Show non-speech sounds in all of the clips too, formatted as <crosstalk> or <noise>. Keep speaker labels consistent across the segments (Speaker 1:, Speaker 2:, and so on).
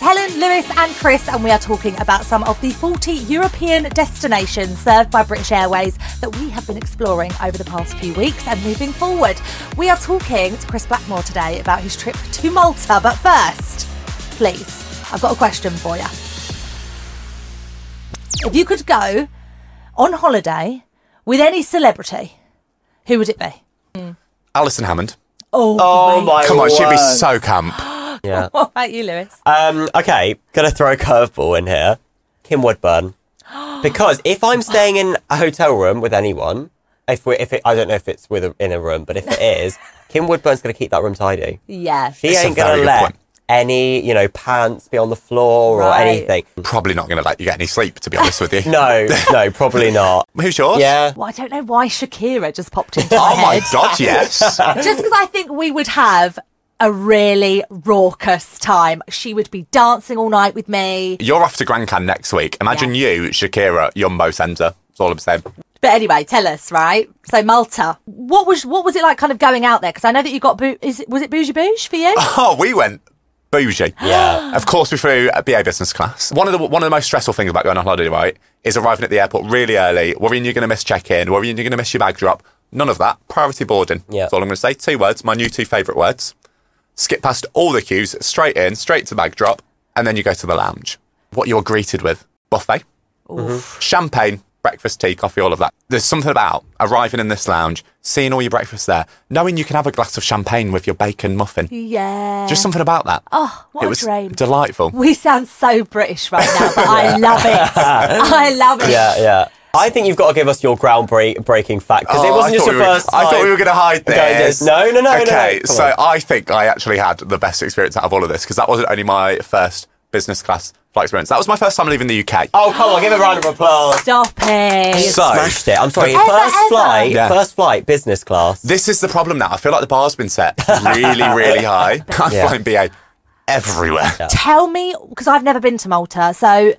Speaker 1: Chris and Chris, and we are talking about some of the 40 European destinations served by British Airways that we have been exploring over the past few weeks and moving forward. We are talking to Chris Blackmore today about his trip to Malta, but first, please, I've got a question for you. If you could go on holiday with any celebrity, who would it be?
Speaker 2: Alison Hammond.
Speaker 1: Oh,
Speaker 3: Oh my
Speaker 2: Come on, she'd be
Speaker 3: word.
Speaker 2: so camp.
Speaker 3: Yeah.
Speaker 1: <laughs> What about you, Lewis?
Speaker 3: Um, <laughs> okay, gonna throw a curveball in here. Kim
Speaker 2: <gasps>
Speaker 3: Woodburn. Because if I'm staying in a hotel room with anyone, if we if it, I don't know if it's with a, in a room, but if
Speaker 2: <laughs>
Speaker 3: it is, Kim Woodburn's gonna keep that room tidy.
Speaker 1: Yeah.
Speaker 3: She
Speaker 2: It's a
Speaker 3: ain't
Speaker 2: very
Speaker 3: gonna
Speaker 2: good
Speaker 3: let
Speaker 2: point.
Speaker 3: any you know pants be on the floor
Speaker 1: Right.
Speaker 3: or anything.
Speaker 2: Probably not going to let you get any sleep, to be honest with you.
Speaker 3: <laughs>
Speaker 2: <laughs>
Speaker 3: No, no, probably not.
Speaker 2: Who's yours?
Speaker 3: Yeah.
Speaker 1: Well, I don't know why Shakira just popped into my
Speaker 2: Oh my
Speaker 1: head.
Speaker 2: God, yes.
Speaker 1: Just because I think we would have a really raucous time. She would be dancing all night with me.
Speaker 2: You're off to Grand Can next week. Imagine you, Shakira, Jumbo Centre. That's all I'm saying.
Speaker 1: But anyway, tell us, right? So Malta, what was what was it like, kind of going out there? Because I know that you got boo- is it, was it bougie bouge for you?
Speaker 2: <laughs> Oh, we went bougie.
Speaker 3: Yeah.
Speaker 2: Of course, we flew a BA business class. One of the one of the most stressful things about going on holiday, right, is arriving at the airport really early, worrying you're going to miss check-in, worrying you're going to miss your bag drop. None of that. Priority boarding.
Speaker 3: Yeah.
Speaker 2: That's all I'm going to say. Two words. My new two favourite words. Skip past all the queues, straight in, straight to bag drop, and then you go to the lounge. What you're greeted with: buffet, Mm-hmm. champagne, breakfast, tea, coffee, all of that. There's something about arriving in this lounge, seeing all your breakfast there, knowing you can have a glass of champagne with your bacon muffin.
Speaker 1: Yeah.
Speaker 2: Just something about that.
Speaker 1: Oh, what
Speaker 2: it
Speaker 1: a
Speaker 2: was
Speaker 1: dream.
Speaker 2: delightful.
Speaker 1: we sound so British right now, but
Speaker 2: <laughs>
Speaker 1: I love it. I love it.
Speaker 3: Yeah, yeah. I think you've got to give us your groundbreaking fact because it
Speaker 2: Oh,
Speaker 3: wasn't
Speaker 2: I
Speaker 3: just
Speaker 2: thought we
Speaker 3: your
Speaker 2: were-
Speaker 3: first.
Speaker 2: I thought we were going to hide
Speaker 3: Go with
Speaker 2: this.
Speaker 3: this. No, no, no, no, no.
Speaker 2: Okay,
Speaker 3: Come
Speaker 2: so
Speaker 3: on.
Speaker 2: I think I actually had the best experience out of all of this because that wasn't only my first business class flight experience. That was my first time leaving the UK.
Speaker 3: Oh come on, give a round of applause.
Speaker 1: Stop it.
Speaker 2: So-
Speaker 3: Smashed it. I'm sorry.
Speaker 2: Ever,
Speaker 3: first
Speaker 1: ever.
Speaker 3: flight,
Speaker 2: Yeah.
Speaker 3: first flight, business class.
Speaker 2: This is the problem now. I feel like the bar's been set really,
Speaker 3: <laughs>
Speaker 1: <laughs>
Speaker 2: really high. I'm
Speaker 3: Yeah.
Speaker 2: flying BA everywhere.
Speaker 1: tell me because I've never been to Malta, so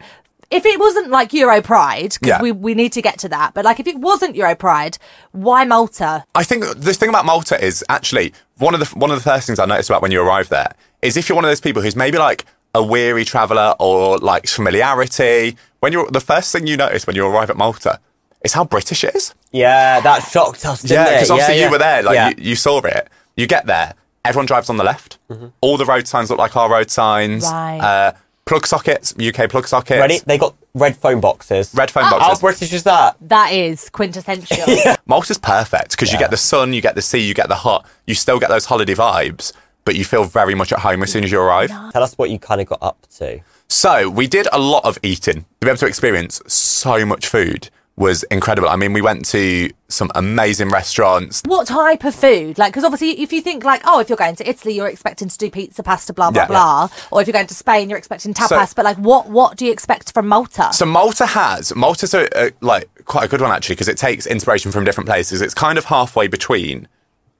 Speaker 1: if it wasn't like Euro Pride, 'cause
Speaker 2: Yeah.
Speaker 1: we, we need to get to that, but like if it wasn't Euro Pride, why Malta?
Speaker 2: I think the thing about Malta is actually one of the one of the first things I noticed about when you arrive there is if you're one of those people who's maybe like a weary traveller or likes familiarity, when you're the first thing you notice when you arrive at Malta is how British it is.
Speaker 3: Yeah, that shocked us. Didn't
Speaker 2: yeah,
Speaker 3: it?
Speaker 2: because obviously
Speaker 3: yeah.
Speaker 2: you were there, like
Speaker 3: Yeah.
Speaker 2: you, you saw it. You get there, everyone drives on the left.
Speaker 3: Mm-hmm.
Speaker 2: All the road signs look like our road signs.
Speaker 1: Right.
Speaker 2: Uh, plug sockets, UK plug sockets.
Speaker 3: ready? They got red phone boxes.
Speaker 2: Red phone
Speaker 3: How
Speaker 2: boxes.
Speaker 3: British is that?
Speaker 1: That is
Speaker 2: <laughs>
Speaker 1: quintessential.
Speaker 2: Malta's perfect because you get the sun, you get the sea, you get the hot, you still get those holiday vibes, but you feel very much at home as soon as you arrive.
Speaker 3: Tell us what you kind of got up to.
Speaker 2: So we did a lot of eating. To be able to experience so much food was incredible. I mean, we went to some amazing restaurants.
Speaker 1: What type of food? Like, because obviously, if you think like, oh, if you're going to Italy, you're expecting to do pizza, pasta, blah blah
Speaker 2: Yeah.
Speaker 1: blah, or if you're going to Spain, you're expecting tapas. but like, what what do you expect from Malta?
Speaker 2: So Malta has Malta's a, a, like quite a good one actually because it takes inspiration from different places. It's kind of halfway between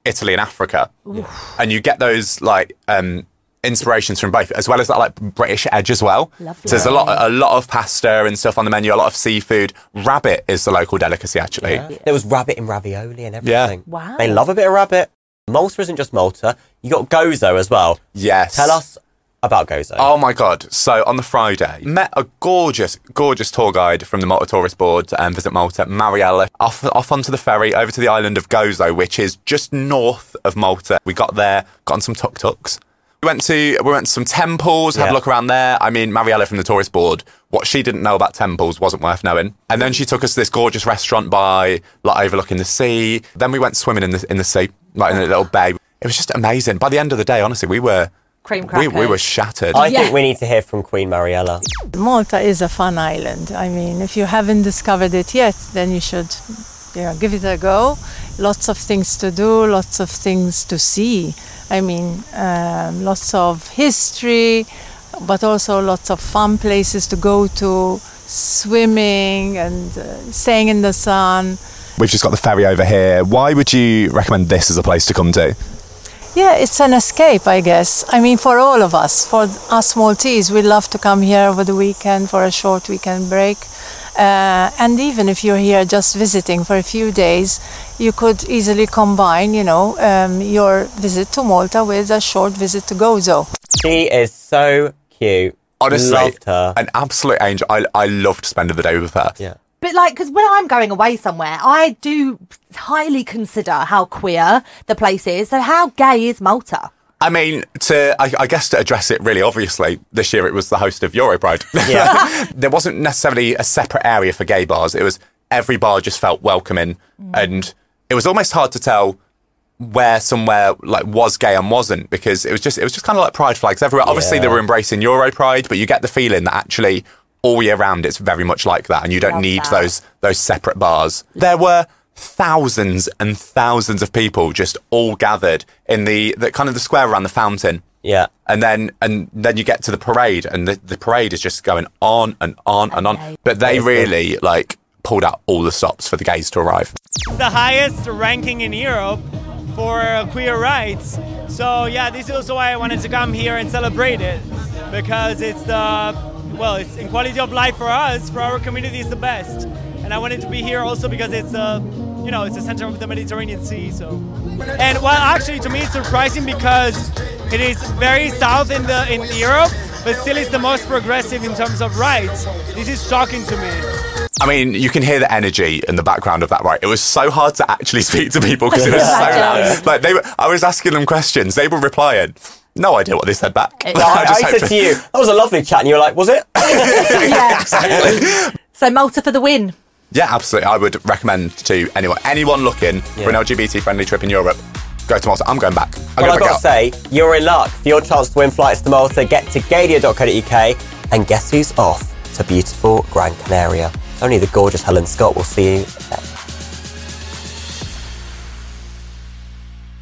Speaker 2: Italy and Africa, and you get those like um, inspirations from both, as well as that like British edge as well.
Speaker 1: Lovely.
Speaker 2: So there's a lot, a lot of pasta and stuff on the menu, a lot of seafood. Rabbit is the local delicacy actually.
Speaker 3: There was rabbit and ravioli and everything.
Speaker 1: Wow.
Speaker 3: They love a bit of rabbit. Malta isn't just Malta. You got Gozo as well.
Speaker 2: Yes.
Speaker 3: Tell us about Gozo.
Speaker 2: Oh my god! So on the Friday, met a gorgeous, gorgeous tour guide from the Malta Tourist Board and Visit Malta, Mariella. Off, off onto the ferry over to the island of Gozo, which is just north of Malta. We got there, got on some tuk tuks. We went to we went to some temples, had
Speaker 3: Yeah.
Speaker 2: a look around there. I mean, Mariella from the Tourist Board, what she didn't know about temples wasn't worth knowing. And then she took us to this gorgeous restaurant by like overlooking the sea. Then we went swimming in the in the sea, like in a little bay. It was just amazing. By the end of the day, honestly, we were.
Speaker 1: Cream
Speaker 2: we, we
Speaker 1: crackers.
Speaker 2: were shattered.
Speaker 3: I
Speaker 1: yeah.
Speaker 3: think we need to hear from Queen Mariella.
Speaker 4: Malta is a fun island. I mean, if you haven't discovered it yet, then you should you know, give it a go. Lots of things to do, lots of things to see. I mean, um, lots of history, but also lots of fun places to go to, swimming and uh, staying in the sun.
Speaker 2: We've just got the ferry over here. Why would you recommend this as a place to come to?
Speaker 4: Yeah, it's an escape, I guess. I mean, for all of us, for us Maltese, we love to come here over the weekend for a short weekend break. Uh, and even if you're here just visiting for a few days, you could easily combine, you know, um, your visit to Malta with a short visit to Gozo.
Speaker 3: She is so cute.
Speaker 2: Honestly,
Speaker 3: Loved her.
Speaker 2: an absolute angel. I, I loved spending the day with her.
Speaker 3: Yeah.
Speaker 1: But like, because when I'm going away somewhere, I do highly consider how queer the place is. So how gay is
Speaker 2: <laughs>
Speaker 1: Malta?
Speaker 2: I mean, to I, I guess to address it really obviously, this year it was the host of Europride. <laughs>
Speaker 3: Yeah.
Speaker 2: there wasn't necessarily a separate area for gay bars. It was every bar just felt welcoming,
Speaker 3: Mm.
Speaker 2: and it was almost hard to tell where somewhere like was gay and wasn't because it was just it was just kind of like pride flags everywhere. Obviously, they
Speaker 3: Yeah.
Speaker 2: were embracing Euro Pride, but you get the feeling that actually all year round it's very much like that, and you don't
Speaker 1: Love
Speaker 2: need
Speaker 1: that.
Speaker 2: those those separate bars. There were thousands and thousands of people just all gathered in the, the kind of the square around the fountain. <laughs>
Speaker 3: Yeah.
Speaker 2: And then and then you get to the parade and the, the parade is just going on and on and on. But they really like pulled out all the stops for the gays to arrive.
Speaker 5: the highest ranking in Europe for queer rights. So yeah, this is also why I wanted to come here and celebrate it because it's the well, it's in quality of life for us, for our community, it's the best. And I wanted to be here also because it's uh, you know, it's the center of the Mediterranean Sea. So, and well, actually, to me, it's surprising because it is very south in the in Europe, but still, it's the most progressive in terms of rights. This is shocking to me.
Speaker 2: I mean, you can hear the energy in the background of that, right? It was so hard to actually <laughs> speak to people because it was so loud. Like they, were, I was asking them questions, they were replying. No idea what they said back. <laughs>
Speaker 1: No,
Speaker 3: I,
Speaker 2: just
Speaker 3: I
Speaker 2: hope
Speaker 3: said to you, that was a lovely chat, and you were like, was it?
Speaker 1: yeah. So Malta for the win.
Speaker 2: Yeah, absolutely. I would recommend to anyone, anyone looking for an
Speaker 3: Yeah.
Speaker 2: LGBT friendly trip in Europe, go to Malta. I'm going back. I'm
Speaker 3: Well, I've
Speaker 2: going back
Speaker 3: got to
Speaker 2: out.
Speaker 3: say, you're in luck. For your chance to win flights to Malta, get to gadia.co.uk and guess who's off to beautiful Gran Canaria. Only the gorgeous Helen Scott will see you